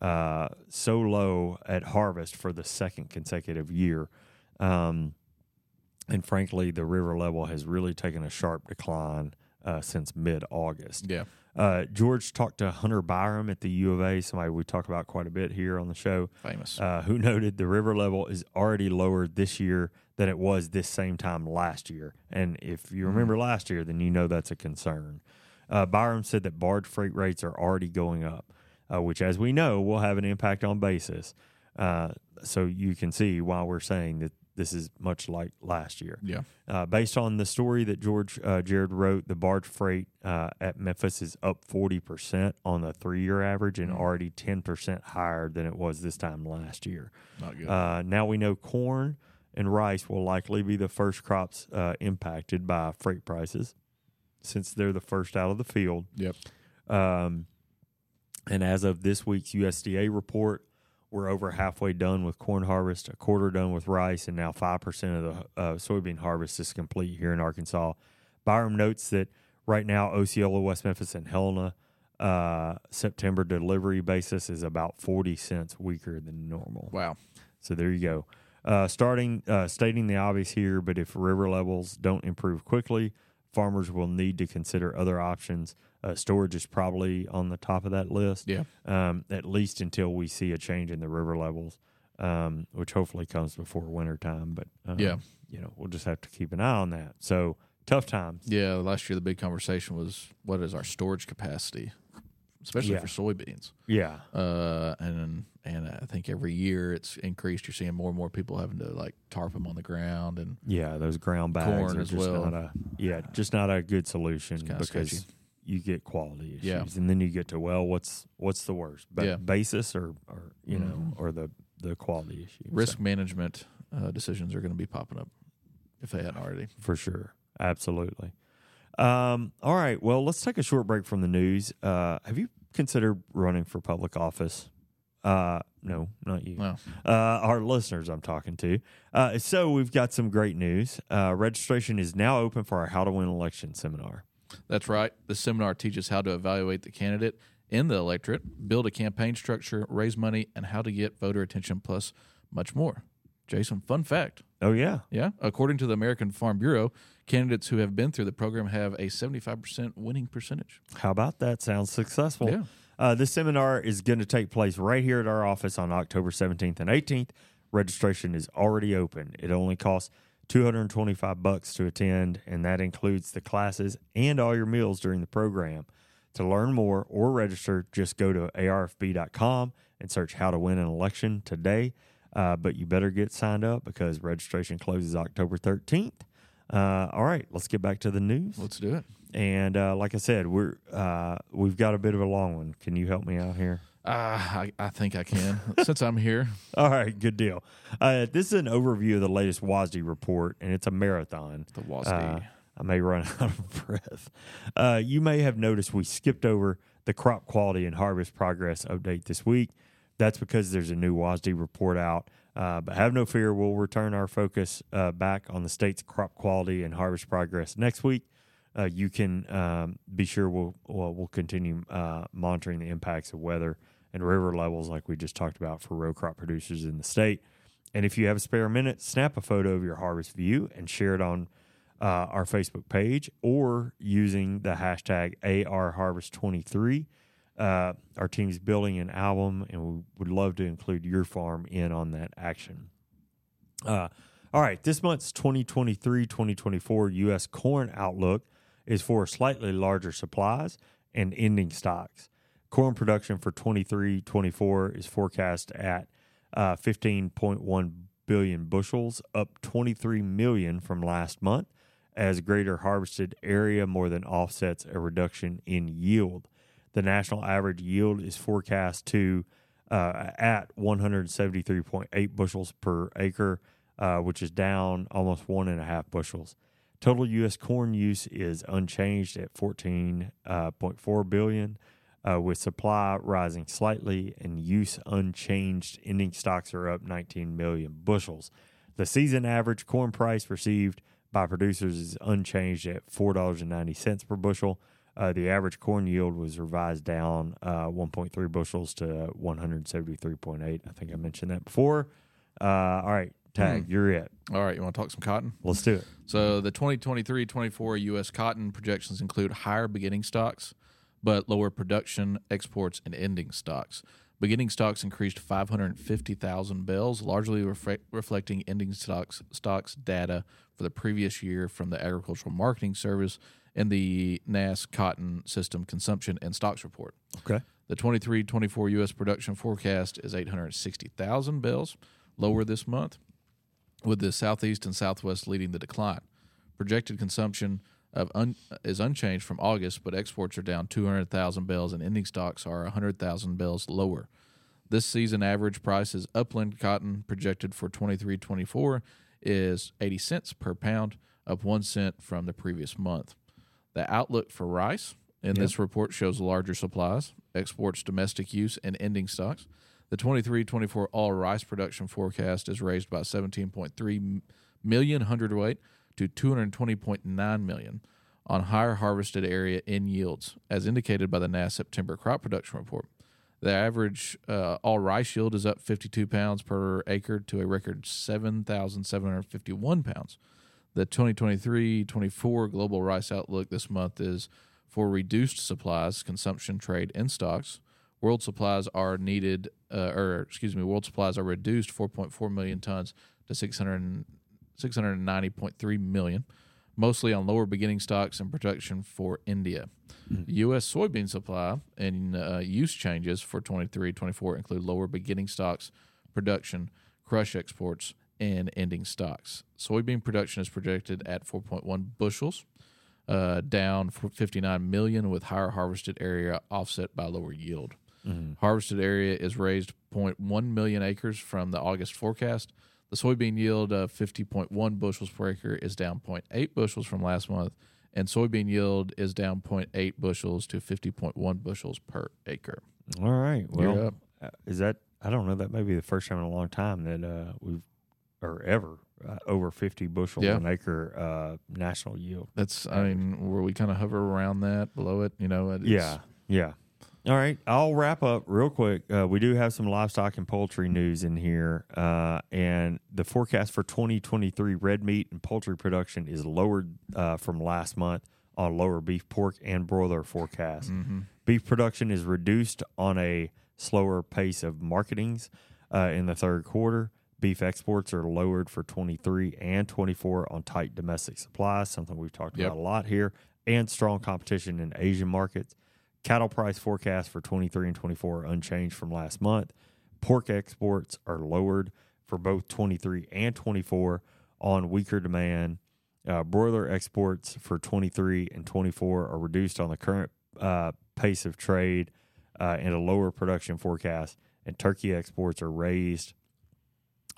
Speaker 1: uh, so low at harvest for the second consecutive year. Um, and frankly, the river level has really taken a sharp decline uh, since mid August.
Speaker 3: Yeah.
Speaker 1: Uh, George talked to Hunter Byram at the U of A, somebody we talk about quite a bit here on the show,
Speaker 3: Famous.
Speaker 1: uh, who noted the river level is already lower this year than it was this same time last year. And if you remember last year, then you know that's a concern. Uh, Byram said that barge freight rates are already going up, uh, which, as we know, will have an impact on basis. Uh, so you can see why we're saying that this is much like last year.
Speaker 3: yeah.
Speaker 1: Uh, based on the story that George uh, Jared wrote, the barge freight uh, at Memphis is up 40% on the three year average and already 10% higher than it was this time last year.
Speaker 3: Not good.
Speaker 1: Uh, now we know corn and rice will likely be the first crops uh, impacted by freight prices since they're the first out of the field.
Speaker 3: yep.
Speaker 1: Um, and as of this week's USDA report, we're over halfway done with corn harvest, a quarter done with rice, and now 5% of the uh, soybean harvest is complete here in Arkansas. Byram notes that right now, Osceola, West Memphis, and Helena uh, September delivery basis is about 40 cents weaker than normal.
Speaker 3: Wow.
Speaker 1: So there you go. Uh, starting uh, stating the obvious here, but if river levels don't improve quickly, farmers will need to consider other options. Uh, storage is probably on the top of that list,
Speaker 3: Yeah.
Speaker 1: um, at least until we see a change in the river levels, um, which hopefully comes before winter time. But um,
Speaker 3: Yeah.
Speaker 1: you know we'll just have to keep an eye on that. So tough times.
Speaker 3: Yeah. Last year, the big conversation was what is our storage capacity, especially
Speaker 1: Yeah.
Speaker 3: for soybeans.
Speaker 1: Yeah,
Speaker 3: Uh, and and I think every year it's increased. You're seeing more and more people having to like tarp them on the ground and
Speaker 1: yeah, those ground bags
Speaker 3: Corn
Speaker 1: are
Speaker 3: as
Speaker 1: just
Speaker 3: well.
Speaker 1: not a yeah, just not a good solution
Speaker 3: kinda
Speaker 1: because
Speaker 3: sketchy.
Speaker 1: you get quality issues,
Speaker 3: Yeah.
Speaker 1: and then you get to well, what's what's the worst, but
Speaker 3: Yeah. Mm-hmm.
Speaker 1: basis or or you know or the the quality issue So,
Speaker 3: risk management uh, decisions are going to be popping up if they hadn't already.
Speaker 1: for sure, absolutely. Um, all right, well, let's take a short break from the news. Uh, have you considered running for public office? Uh, no, not you.
Speaker 3: Well,
Speaker 1: uh, our listeners I'm talking to. Uh, so we've got some great news. Uh, registration is now open for our How to Win Election seminar.
Speaker 3: That's right. The seminar teaches how to evaluate the candidate in the electorate, build a campaign structure, raise money, and how to get voter attention, plus much more. Jason, fun fact.
Speaker 1: Oh yeah,
Speaker 3: Yeah. According to the American Farm Bureau, candidates who have been through the program have a 75% winning percentage.
Speaker 1: how about that? Sounds successful.
Speaker 3: Yeah.
Speaker 1: Uh, this seminar is going to take place right here at our office on October 17th and 18th. Registration is already open. It only costs 225 bucks to attend, and that includes the classes and all your meals during the program. To learn more or register, just go to arfb.com and search how to win an election today. Uh, but you better get signed up because registration closes October 13th. Uh, all right, let's get back to the news.
Speaker 3: Let's do it.
Speaker 1: And uh, like I said, we're uh, we've got a bit of a long one. Can you help me out here?
Speaker 3: Uh, I, I think I can. (laughs) Since I'm here,
Speaker 1: All right, good deal. Uh, this is an overview of the latest WASD report, and it's a marathon.
Speaker 3: the WASD.
Speaker 1: Uh, I may run (laughs) out of breath. Uh, you may have noticed we skipped over the crop quality and harvest progress update this week. That's because there's a new WASD report out. Uh, but have no fear, we'll return our focus uh, back on the state's crop quality and harvest progress next week. Uh, you can um, be sure we'll we'll, we'll continue uh, monitoring the impacts of weather and river levels, like we just talked about for row crop producers in the state. And if you have a spare minute, snap a photo of your harvest view and share it on uh, our Facebook page or using the hashtag ARHarvest23. Uh, our team's building an album, and we would love to include your farm in on that action. Uh, all right, this month's 2023 2024 U.S. corn outlook is for slightly larger supplies and ending stocks. Corn production for 23 24 is forecast at uh, 15.1 billion bushels, up 23 million from last month, as greater harvested area more than offsets a reduction in yield. The national average yield is forecast to uh, at 173.8 bushels per acre, uh, which is down almost one and a half bushels. Total U.S. corn use is unchanged at 14.4 billion, uh, with supply rising slightly and use unchanged. Ending stocks are up 19 million bushels. The season average corn price received by producers is unchanged at $4.90 per bushel. Uh, the average corn yield was revised down uh, 1.3 bushels to 173.8. I think I mentioned that before. Uh, all right, Tag, you're it.
Speaker 3: All right, you want to talk some cotton?
Speaker 1: Let's do it.
Speaker 3: So the 2023-24 U.S. cotton projections include higher beginning stocks, but lower production, exports, and ending stocks. Beginning stocks increased 550,000 bales, largely refre- reflecting ending stocks stocks data for the previous year from the Agricultural Marketing Service and the NAS Cotton System Consumption and Stocks Report.
Speaker 1: Okay.
Speaker 3: The 23 24 U.S. production forecast is 860,000 bales, lower this month, with the Southeast and Southwest leading the decline. Projected consumption of un- is unchanged from August, but exports are down 200,000 bales and ending stocks are 100,000 bales lower. This season average price is upland cotton projected for 23 24 is 80 cents per pound, up 1 cent from the previous month. The outlook for rice in this report shows larger supplies, exports, domestic use, and ending stocks. The 23 24 all rice production forecast is raised by 17.3 million hundredweight to 220.9 million on higher harvested area in yields, as indicated by the NAS September crop production report. The average uh, all rice yield is up 52 pounds per acre to a record 7,751 pounds. The 2023 24 global rice outlook this month is for reduced supplies, consumption, trade, and stocks. World supplies are needed, uh, or excuse me, world supplies are reduced 4.4 million tons to 600, 690.3 million, mostly on lower beginning stocks and production for India. U.S. soybean supply and uh, use changes for 23 24 include lower beginning stocks, production, crush exports, and ending stocks. Soybean production is projected at 4.1 bushels, uh, down for 59 million, with higher harvested area offset by lower yield. Harvested area is raised 0.1 million acres from the August forecast. The soybean yield of 50.1 bushels per acre is down 0.8 bushels from last month, and soybean yield is down 0.8 bushels to 50.1 bushels per acre.
Speaker 1: All right.
Speaker 3: You're
Speaker 1: Well,
Speaker 3: up.
Speaker 1: uh, is that, I don't know, that may be the first time in a long time that uh, we've, or ever, uh, over 50 bushels
Speaker 3: Yeah.
Speaker 1: an acre uh, national yield.
Speaker 3: That's, I mean, where we kind of hover around that, below it, you know. It's,
Speaker 1: Yeah, yeah. All right, I'll wrap up real quick. Uh, we do have some livestock and poultry news in here, uh, and the forecast for 2023 red meat and poultry production is lowered uh, from last month on lower beef, pork, and broiler forecast.
Speaker 3: Mm-hmm.
Speaker 1: Mm-hmm. Beef production is reduced on a slower pace of marketings uh, in the third quarter. Beef exports are lowered for 23 and 24 on tight domestic supplies, something we've talked
Speaker 3: Yep.
Speaker 1: about a lot here, and strong competition in Asian markets. Cattle price forecast for 23 and 24 are unchanged from last month. Pork exports are lowered for both 23 and 24 on weaker demand. Uh, broiler exports for 23 and 24 are reduced on the current uh, pace of trade uh, and a lower production forecast. And turkey exports are raised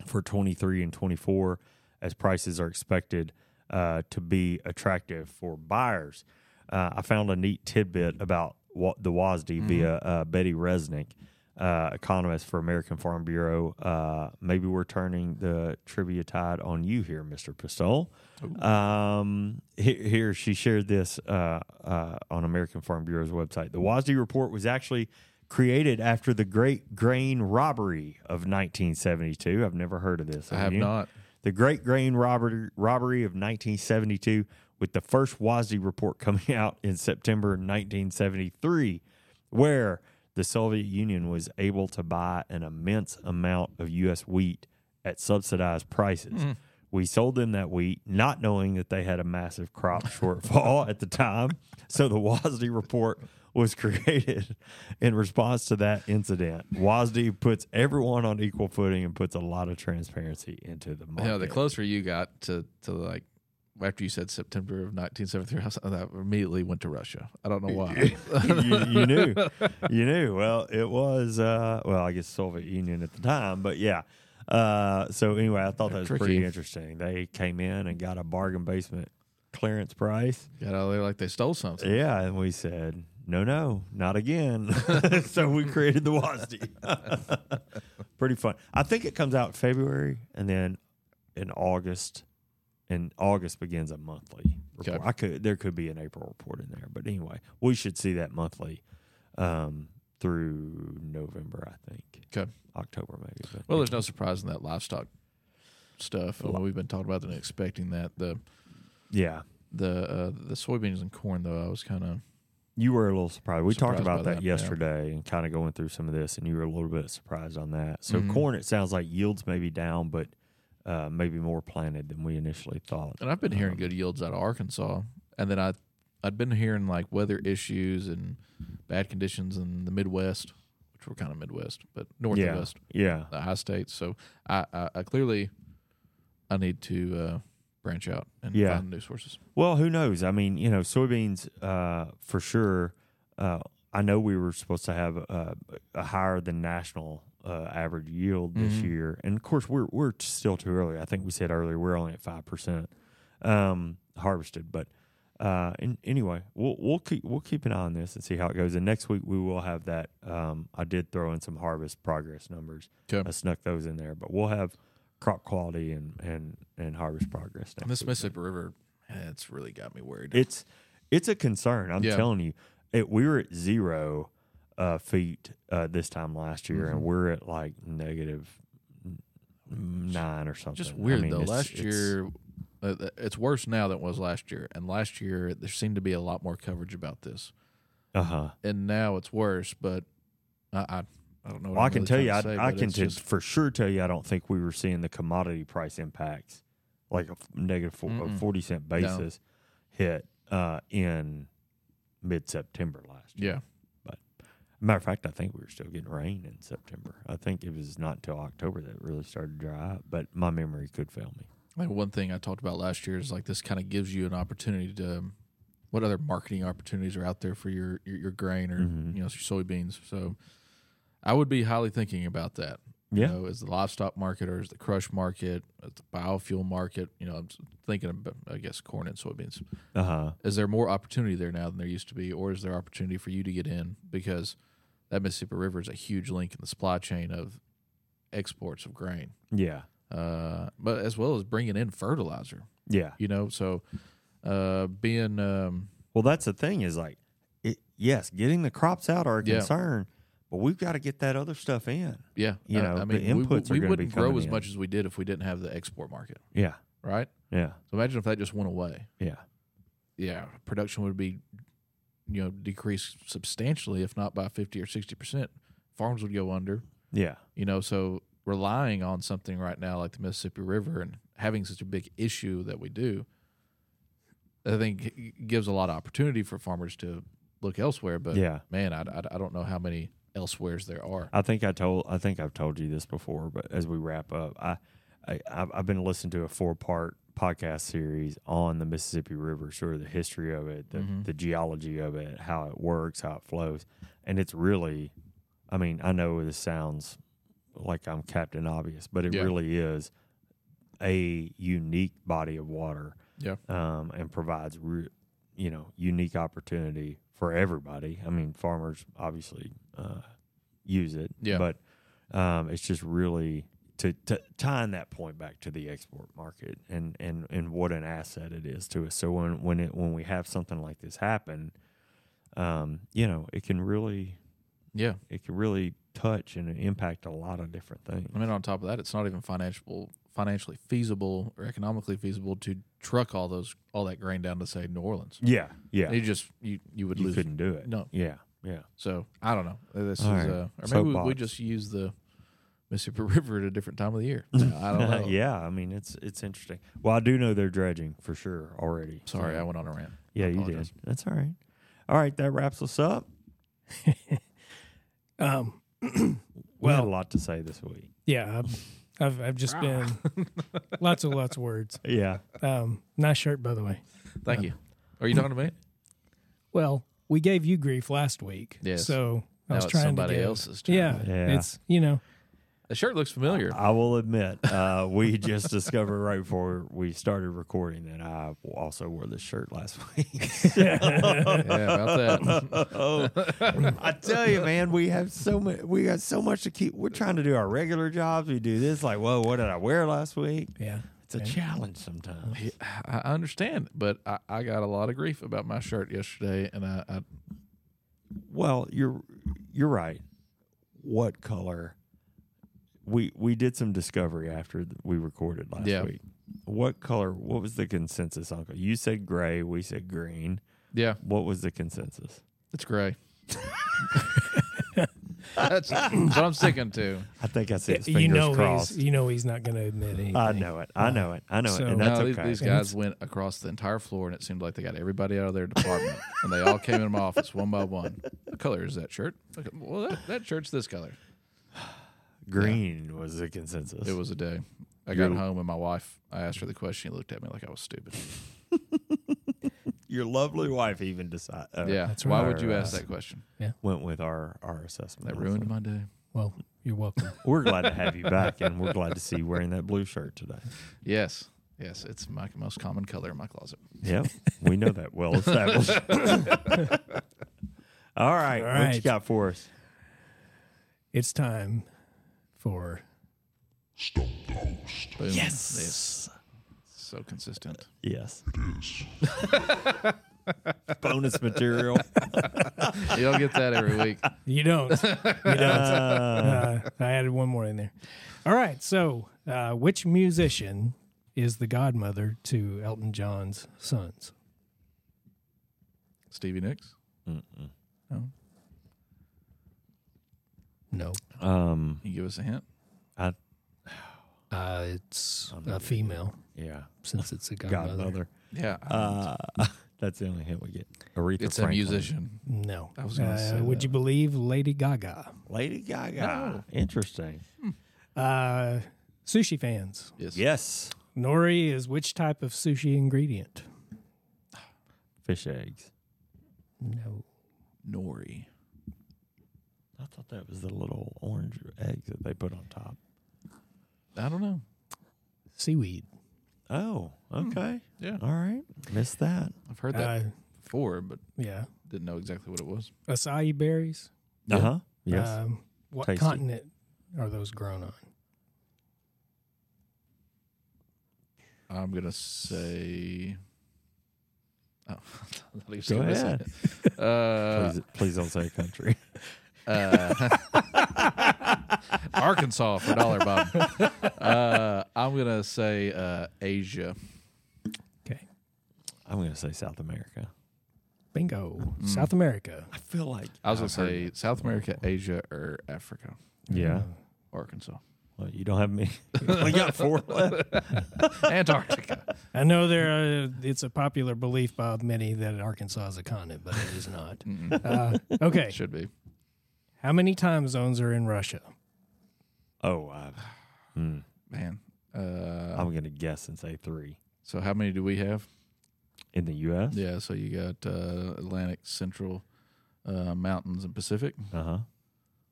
Speaker 1: for 23 and 24 as prices are expected uh, to be attractive for buyers. Uh, I found a neat tidbit about wa- the WASD via uh, Betty Resnick, uh, economist for American Farm Bureau. Uh, maybe we're turning the trivia tide on you here, Mr. Pistole. Um, he- here, she shared this uh, uh, on American Farm Bureau's website. The WASD report was actually created after the Great Grain Robbery of 1972. I've never heard of this.
Speaker 3: I have
Speaker 1: you?
Speaker 3: not.
Speaker 1: The Great Grain Robbery, robbery of 1972, with the first WASDE report (laughs) coming out in September 1973, where the Soviet Union was able to buy an immense amount of U.S. wheat at subsidized prices.
Speaker 3: Mm.
Speaker 1: We sold them that wheat, not knowing that they had a massive crop shortfall at the time. So the WASDE report was (laughs) created in response to that incident. WASDE puts everyone on equal footing and puts a lot of transparency into the market.
Speaker 3: Yeah, the closer you got to, to like, after you said September of 1973, (laughs) I was- I immediately went to Russia. I don't
Speaker 1: (laughs)
Speaker 3: know why.
Speaker 1: you, you knew, you knew. Well, it was uh, well, I guess Soviet Union at the time, but yeah. Uh, so anyway, I thought that was
Speaker 3: Tricky.
Speaker 1: pretty interesting. They came in and got a bargain basement clearance price.
Speaker 3: Got out of there like they stole something.
Speaker 1: Yeah, and we said, no, no, not again. (laughs) so we created the (laughs) WASD. Pretty fun. I think it comes out February, and then in August, and August begins a monthly
Speaker 3: Okay.
Speaker 1: report. I could there could be an April report in there, but anyway, we should see that monthly um, through November, I think.
Speaker 3: Okay.
Speaker 1: October maybe. but-
Speaker 3: Well, there's no surprise in that livestock stuff. I mean,
Speaker 1: Lo-
Speaker 3: we've been talking about that and expecting that. The
Speaker 1: yeah,
Speaker 3: the uh, the soybeans and corn though, I was kind of
Speaker 1: you were a little surprised. We talked
Speaker 3: Surprised
Speaker 1: about
Speaker 3: by
Speaker 1: that,
Speaker 3: that, yeah.
Speaker 1: yesterday and kind of going through some of this, and you were a little bit surprised on that. So
Speaker 3: Mhm.
Speaker 1: corn, it sounds like yields may be down, but uh, maybe more planted than we initially thought.
Speaker 3: and I've been hearing
Speaker 1: Um,
Speaker 3: good yields out of Arkansas, and then I I'd been hearing like weather issues and bad conditions in the Midwest, which were kind of Midwest, but North and
Speaker 1: yeah,
Speaker 3: West,
Speaker 1: yeah.
Speaker 3: the high states. So I, I, I clearly I need to uh, branch out and
Speaker 1: Yeah.
Speaker 3: find new sources.
Speaker 1: Well, who knows? I mean, you know, soybeans uh, for sure. Uh, I know we were supposed to have uh, a higher than national uh, average yield this
Speaker 3: Mhm.
Speaker 1: year, and of course, we're we're t- still too early. I think we said earlier we're only at five percent um, harvested, but uh, and anyway, we'll we'll keep we'll keep an eye on this and see how it goes. And next week we will have that. Um, I did throw in some harvest progress numbers.
Speaker 3: Okay.
Speaker 1: I snuck those in there, but we'll have crop quality and and and harvest progress.
Speaker 3: And
Speaker 1: Next
Speaker 3: this
Speaker 1: week.
Speaker 3: Mississippi River, eh, it's really got me worried.
Speaker 1: It's it's a concern. I'm
Speaker 3: Yeah.
Speaker 1: telling you, it, we were at zero uh, feet uh, this time last year,
Speaker 3: Mm-hmm.
Speaker 1: and we're at like negative n- nine or something.
Speaker 3: Just
Speaker 1: I
Speaker 3: weird
Speaker 1: mean,
Speaker 3: though.
Speaker 1: it's-
Speaker 3: Last
Speaker 1: it's-
Speaker 3: year, uh, th- it's worse now than it was last year. And last year, there seemed to be a lot more coverage about this.
Speaker 1: uh huh.
Speaker 3: And now it's worse, but I, I, I don't know. What
Speaker 1: Well, I
Speaker 3: I'm
Speaker 1: can
Speaker 3: really
Speaker 1: tell you, I,
Speaker 3: trying to say,
Speaker 1: I
Speaker 3: but
Speaker 1: can
Speaker 3: it's
Speaker 1: t-
Speaker 3: just-
Speaker 1: for sure tell you, I don't think we were seeing the commodity price impacts like a f- negative four, a
Speaker 3: Mm-mm.
Speaker 1: forty cent basis hit uh, in mid September last year.
Speaker 3: yeah,
Speaker 1: Matter of fact, I think we were still getting rain in September. I think it was not until October that it really started to dry up, but my memory could fail me.
Speaker 3: like one thing I talked about last year is like this kind of gives you an opportunity to. um, What other marketing opportunities are out there for your your, your grain or
Speaker 1: Mhm.
Speaker 3: you know your soybeans? So, I would be highly thinking about that.
Speaker 1: Yeah.
Speaker 3: You know, is the livestock market or is the crush market, is the biofuel market? You know, I'm s- thinking about, I guess, corn and soybeans.
Speaker 1: Uh huh.
Speaker 3: Is there more opportunity there now than there used to be, or is there opportunity for you to get in? Because that Mississippi River is a huge link in the supply chain of exports of grain,
Speaker 1: Yeah.
Speaker 3: uh, but as well as bringing in fertilizer.
Speaker 1: Yeah.
Speaker 3: You know, so uh, being um,
Speaker 1: Well, that's the thing is like, it, yes, getting the crops out are a
Speaker 3: Yeah.
Speaker 1: concern, but we've got to get that other stuff in.
Speaker 3: yeah,
Speaker 1: You
Speaker 3: I-
Speaker 1: know,
Speaker 3: I,
Speaker 1: the
Speaker 3: mean, we
Speaker 1: inputs
Speaker 3: would-
Speaker 1: are gonna
Speaker 3: we,
Speaker 1: be
Speaker 3: wouldn't grow
Speaker 1: coming
Speaker 3: as
Speaker 1: in.
Speaker 3: much as we did if we didn't have the export market,
Speaker 1: Yeah.
Speaker 3: right?
Speaker 1: Yeah.
Speaker 3: So imagine if that just went away.
Speaker 1: Yeah.
Speaker 3: yeah, production would be, you know, decreased substantially, if not by fifty or sixty percent. Farms would go under,
Speaker 1: Yeah.
Speaker 3: you know. So relying on something right now like the Mississippi River and having such a big issue that we do, I think g- gives a lot of opportunity for farmers to look elsewhere. But
Speaker 1: Yeah.
Speaker 3: man, I, I, I don't know how many elsewheres there are.
Speaker 1: I think I told I think I've told you this before, but as we wrap up, I, I I've I've been listening to a four part podcast series on the Mississippi River, sort of the history of it, the,
Speaker 3: Mm-hmm.
Speaker 1: the geology of it, how it works, how it flows, and it's really, I mean, I know this sounds like I'm Captain Obvious, but it
Speaker 3: Yeah.
Speaker 1: really is a unique body of water
Speaker 3: Yeah,
Speaker 1: um, and provides re- you know unique opportunity for everybody. I mean, farmers obviously uh, use it,
Speaker 3: Yeah.
Speaker 1: but um, it's just really to, to tying that point back to the export market and and and what an asset it is to us. So when when it when we have something like this happen, um, you know, it can really
Speaker 3: yeah.
Speaker 1: it can really touch and impact a lot of different things.
Speaker 3: I mean, on top of that, it's not even financial, financially feasible or economically feasible to truck all those all that grain down to say New Orleans.
Speaker 1: Yeah, yeah,
Speaker 3: You just you you would
Speaker 1: you
Speaker 3: lose.
Speaker 1: couldn't do it.
Speaker 3: No.
Speaker 1: yeah, yeah.
Speaker 3: So I don't know. This
Speaker 1: All
Speaker 3: is
Speaker 1: right.
Speaker 3: uh, or maybe we, we
Speaker 1: Soapbox.
Speaker 3: just use the Mississippi (laughs) River at a different time of
Speaker 1: (laughs)
Speaker 3: the year. I don't know.
Speaker 1: yeah, I mean it's it's interesting. Well, I do know they're dredging for sure already.
Speaker 3: Sorry,
Speaker 1: So-
Speaker 3: I went on a rant.
Speaker 1: yeah, you did.
Speaker 3: apologize.
Speaker 1: That's all right. All right, that wraps us up.
Speaker 4: Um,
Speaker 1: We had a
Speaker 4: Well-
Speaker 1: lot to say this week.
Speaker 4: yeah, I've I've, I've just been lots and lots of words.
Speaker 1: Yeah,
Speaker 4: Um, nice shirt, by the way. Uh,
Speaker 3: Thank you. Are you talking to me?
Speaker 4: Well, we gave you grief last week.
Speaker 3: Yes.
Speaker 4: So I
Speaker 3: Now
Speaker 4: was
Speaker 3: it's
Speaker 4: trying
Speaker 3: somebody
Speaker 4: to give,
Speaker 3: else's turn.
Speaker 4: Yeah,
Speaker 1: Yeah.
Speaker 4: It's you know
Speaker 3: The shirt looks
Speaker 1: (laughs)
Speaker 3: familiar.
Speaker 1: I will admit, uh, we just discovered right before we started recording that I also wore this shirt last (laughs) week.
Speaker 3: yeah,
Speaker 1: (laughs)
Speaker 3: about that.
Speaker 1: oh, I tell you, man, we have so much. We got so much to keep. We're trying to do our regular jobs. We do this. Like, whoa, what did I wear last week?
Speaker 4: yeah.
Speaker 1: It's a challenge sometimes.
Speaker 3: I I understand, but I, I got a lot of grief about my shirt yesterday, and I, I
Speaker 1: Well, you're you're right. What color? We we did some discovery after th- we recorded last
Speaker 3: Yeah.
Speaker 1: week. What color? What was the consensus, Uncle? You said gray. We said green.
Speaker 3: yeah,
Speaker 1: What was the consensus? (laughs)
Speaker 3: it's gray. (laughs) That's what I'm sticking to.
Speaker 1: I think I see his fingers
Speaker 4: you know
Speaker 1: crossed.
Speaker 4: he's you know he's not going to admit anything.
Speaker 1: I know it. I know it. I know it.
Speaker 4: So-
Speaker 1: And that's
Speaker 3: no, these,
Speaker 1: okay.
Speaker 3: these
Speaker 4: And
Speaker 3: guys
Speaker 4: it's-
Speaker 3: went across the entire floor, and it seemed like they got everybody out of their department, and they all came in my office one by one. What color is that shirt? Okay, well, that, that shirt's this color.
Speaker 1: green was the consensus.
Speaker 3: It was a day. I got home, and my wife. I asked her the question. She looked at me like I was stupid.
Speaker 1: Your lovely wife even decided. Uh,
Speaker 3: yeah,
Speaker 4: that's
Speaker 3: why
Speaker 4: right.
Speaker 3: would you ask that question?
Speaker 1: Went with our our assessment.
Speaker 3: That ruined my day.
Speaker 4: Well, you're welcome.
Speaker 1: We're glad to have you back, and we're glad to see you wearing that blue shirt today.
Speaker 3: Yes, yes, it's my most common color in my closet.
Speaker 1: Yep, we know that well established. (laughs) All right,
Speaker 4: All
Speaker 1: what you
Speaker 4: right.
Speaker 1: got for us?
Speaker 4: it's time for
Speaker 3: Boom. Yes. So consistent.
Speaker 1: Yes, (laughs) bonus material.
Speaker 3: You don't get that every week.
Speaker 4: you
Speaker 3: (laughs)
Speaker 4: don't.
Speaker 1: Uh,
Speaker 4: uh, (laughs) I added one more in there. All right. So, uh, which musician is the godmother to Elton John's sons?
Speaker 3: Stevie Nicks. oh,
Speaker 4: No,
Speaker 1: um,
Speaker 3: Can you give us a hint?
Speaker 1: I,
Speaker 4: uh, it's a female
Speaker 1: yeah,
Speaker 4: since it's a godmother.
Speaker 1: godmother.
Speaker 3: Yeah.
Speaker 1: Uh, (laughs) that's the only hint we get. Aretha
Speaker 3: it's a
Speaker 1: Franklin.
Speaker 3: musician.
Speaker 4: No. Uh,
Speaker 3: I was gonna say
Speaker 4: Would
Speaker 3: that.
Speaker 4: you believe Lady Gaga?
Speaker 1: Lady Gaga. Interesting.
Speaker 4: Uh, sushi fans.
Speaker 3: Yes.
Speaker 1: Yes,
Speaker 4: Nori is which type of sushi ingredient?
Speaker 1: fish eggs.
Speaker 4: No.
Speaker 3: Nori.
Speaker 1: I thought that was the little orange egg that they put on top.
Speaker 3: I don't know.
Speaker 4: Seaweed.
Speaker 1: Oh, okay.
Speaker 3: Yeah.
Speaker 1: All right. Missed that.
Speaker 3: I've heard that
Speaker 4: Uh,
Speaker 3: before, but
Speaker 4: yeah.
Speaker 3: didn't know exactly what it was.
Speaker 4: Acai berries.
Speaker 1: Uh huh. Yes.
Speaker 4: Um, what
Speaker 1: Tasty.
Speaker 4: continent are those grown on?
Speaker 3: I'm gonna say. Oh, (laughs) I thought he was
Speaker 1: Go
Speaker 3: gonna say
Speaker 1: ahead.
Speaker 3: it. Uh,
Speaker 1: please, please don't say country.
Speaker 3: uh, (laughs) Arkansas for a dollar, Bob. Uh, I'm gonna say uh, Asia.
Speaker 4: Okay.
Speaker 1: I'm going to say South America.
Speaker 4: Bingo.
Speaker 3: Mm.
Speaker 4: South America.
Speaker 1: I feel like
Speaker 3: I was gonna say South America, Asia, or Africa,
Speaker 1: Yeah.
Speaker 4: Uh,
Speaker 3: Arkansas, (laughs)
Speaker 1: Well, you don't have me. (laughs) we got four left.
Speaker 3: Antarctica.
Speaker 4: I know there. Are, it's a popular belief by many that Arkansas is a continent, but it is not. uh,
Speaker 3: (laughs)
Speaker 4: okay.
Speaker 3: Should be.
Speaker 4: How many time zones are in Russia?
Speaker 1: Oh, I, hmm.
Speaker 3: Man. Uh,
Speaker 1: I'm going to guess and say three
Speaker 3: so how many do we have?
Speaker 1: in the U.S.
Speaker 3: Yeah, so you got uh, Atlantic, Central, uh, Mountains, and Pacific.
Speaker 1: Uh huh.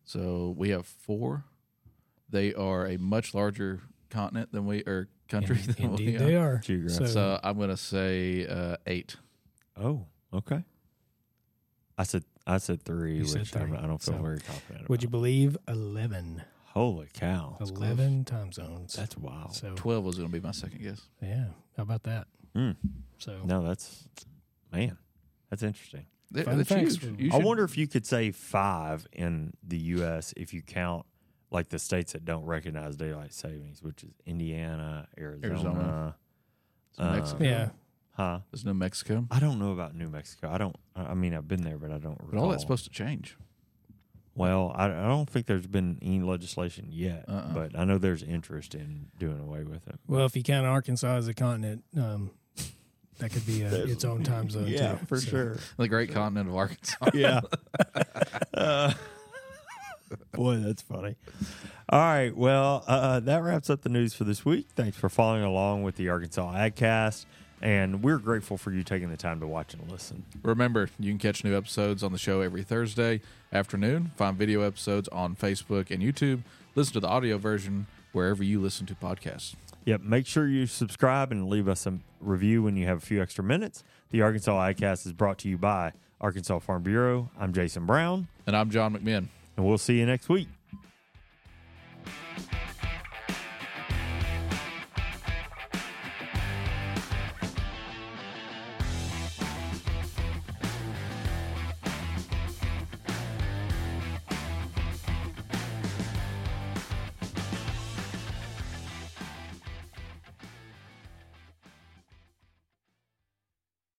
Speaker 3: So we have four. They are a much larger continent than we or country
Speaker 4: In-
Speaker 3: than we
Speaker 4: Indeed,
Speaker 3: are.
Speaker 4: they are.
Speaker 1: Geographic.
Speaker 3: So I'm gonna say uh, eight.
Speaker 1: Oh, okay. I said I said three,
Speaker 4: You
Speaker 1: which
Speaker 4: said
Speaker 1: I'm-
Speaker 4: three,
Speaker 1: I don't feel
Speaker 4: so-
Speaker 1: very confident.
Speaker 4: Would you
Speaker 1: about.
Speaker 4: believe eleven?
Speaker 1: Holy cow!
Speaker 4: eleven time zones.
Speaker 1: That's wild.
Speaker 4: so
Speaker 3: Twelve was gonna be my second guess.
Speaker 4: yeah. How about that?
Speaker 1: Mm.
Speaker 4: So
Speaker 1: No, that's man. That's interesting.
Speaker 3: Th-
Speaker 4: Fun
Speaker 3: that's
Speaker 4: facts
Speaker 3: huge.
Speaker 4: for-
Speaker 3: You
Speaker 1: I
Speaker 3: should-
Speaker 1: wonder if you could say five in the U.S. if you count like the states that don't recognize daylight savings, which is Indiana, Arizona,
Speaker 3: Arizona.
Speaker 1: uh,
Speaker 3: Mexico.
Speaker 4: yeah.
Speaker 1: huh?
Speaker 3: There's no Mexico.
Speaker 1: I don't know about New Mexico. I don't. I I mean, I've been there, but I don't. Recall.
Speaker 3: But all that's supposed to change.
Speaker 1: Well, I, I don't think there's been any legislation yet,
Speaker 3: Uh-uh.
Speaker 1: but I know there's interest in doing away with it.
Speaker 4: Well, if you count Arkansas as a continent, um, that could be a, its own
Speaker 1: (laughs)
Speaker 4: time zone. too. So,
Speaker 3: The great continent of Arkansas. (laughs)
Speaker 1: yeah. (laughs) boy, that's funny. All right. Well, uh, that wraps up the news for this week. Thanks for following along with the Arkansas AgCast. And we're grateful for you taking the time to watch and listen.
Speaker 3: Remember, you can catch new episodes on the show every Thursday afternoon. Find video episodes on Facebook and YouTube. Listen to the audio version wherever you listen to podcasts.
Speaker 1: Yep. Make sure you subscribe and leave us a review when you have a few extra minutes. The Arkansas AgCast is brought to you by Arkansas Farm Bureau. I'm Jason Brown,
Speaker 3: And I'm John McMinn.
Speaker 1: and we'll see you next week.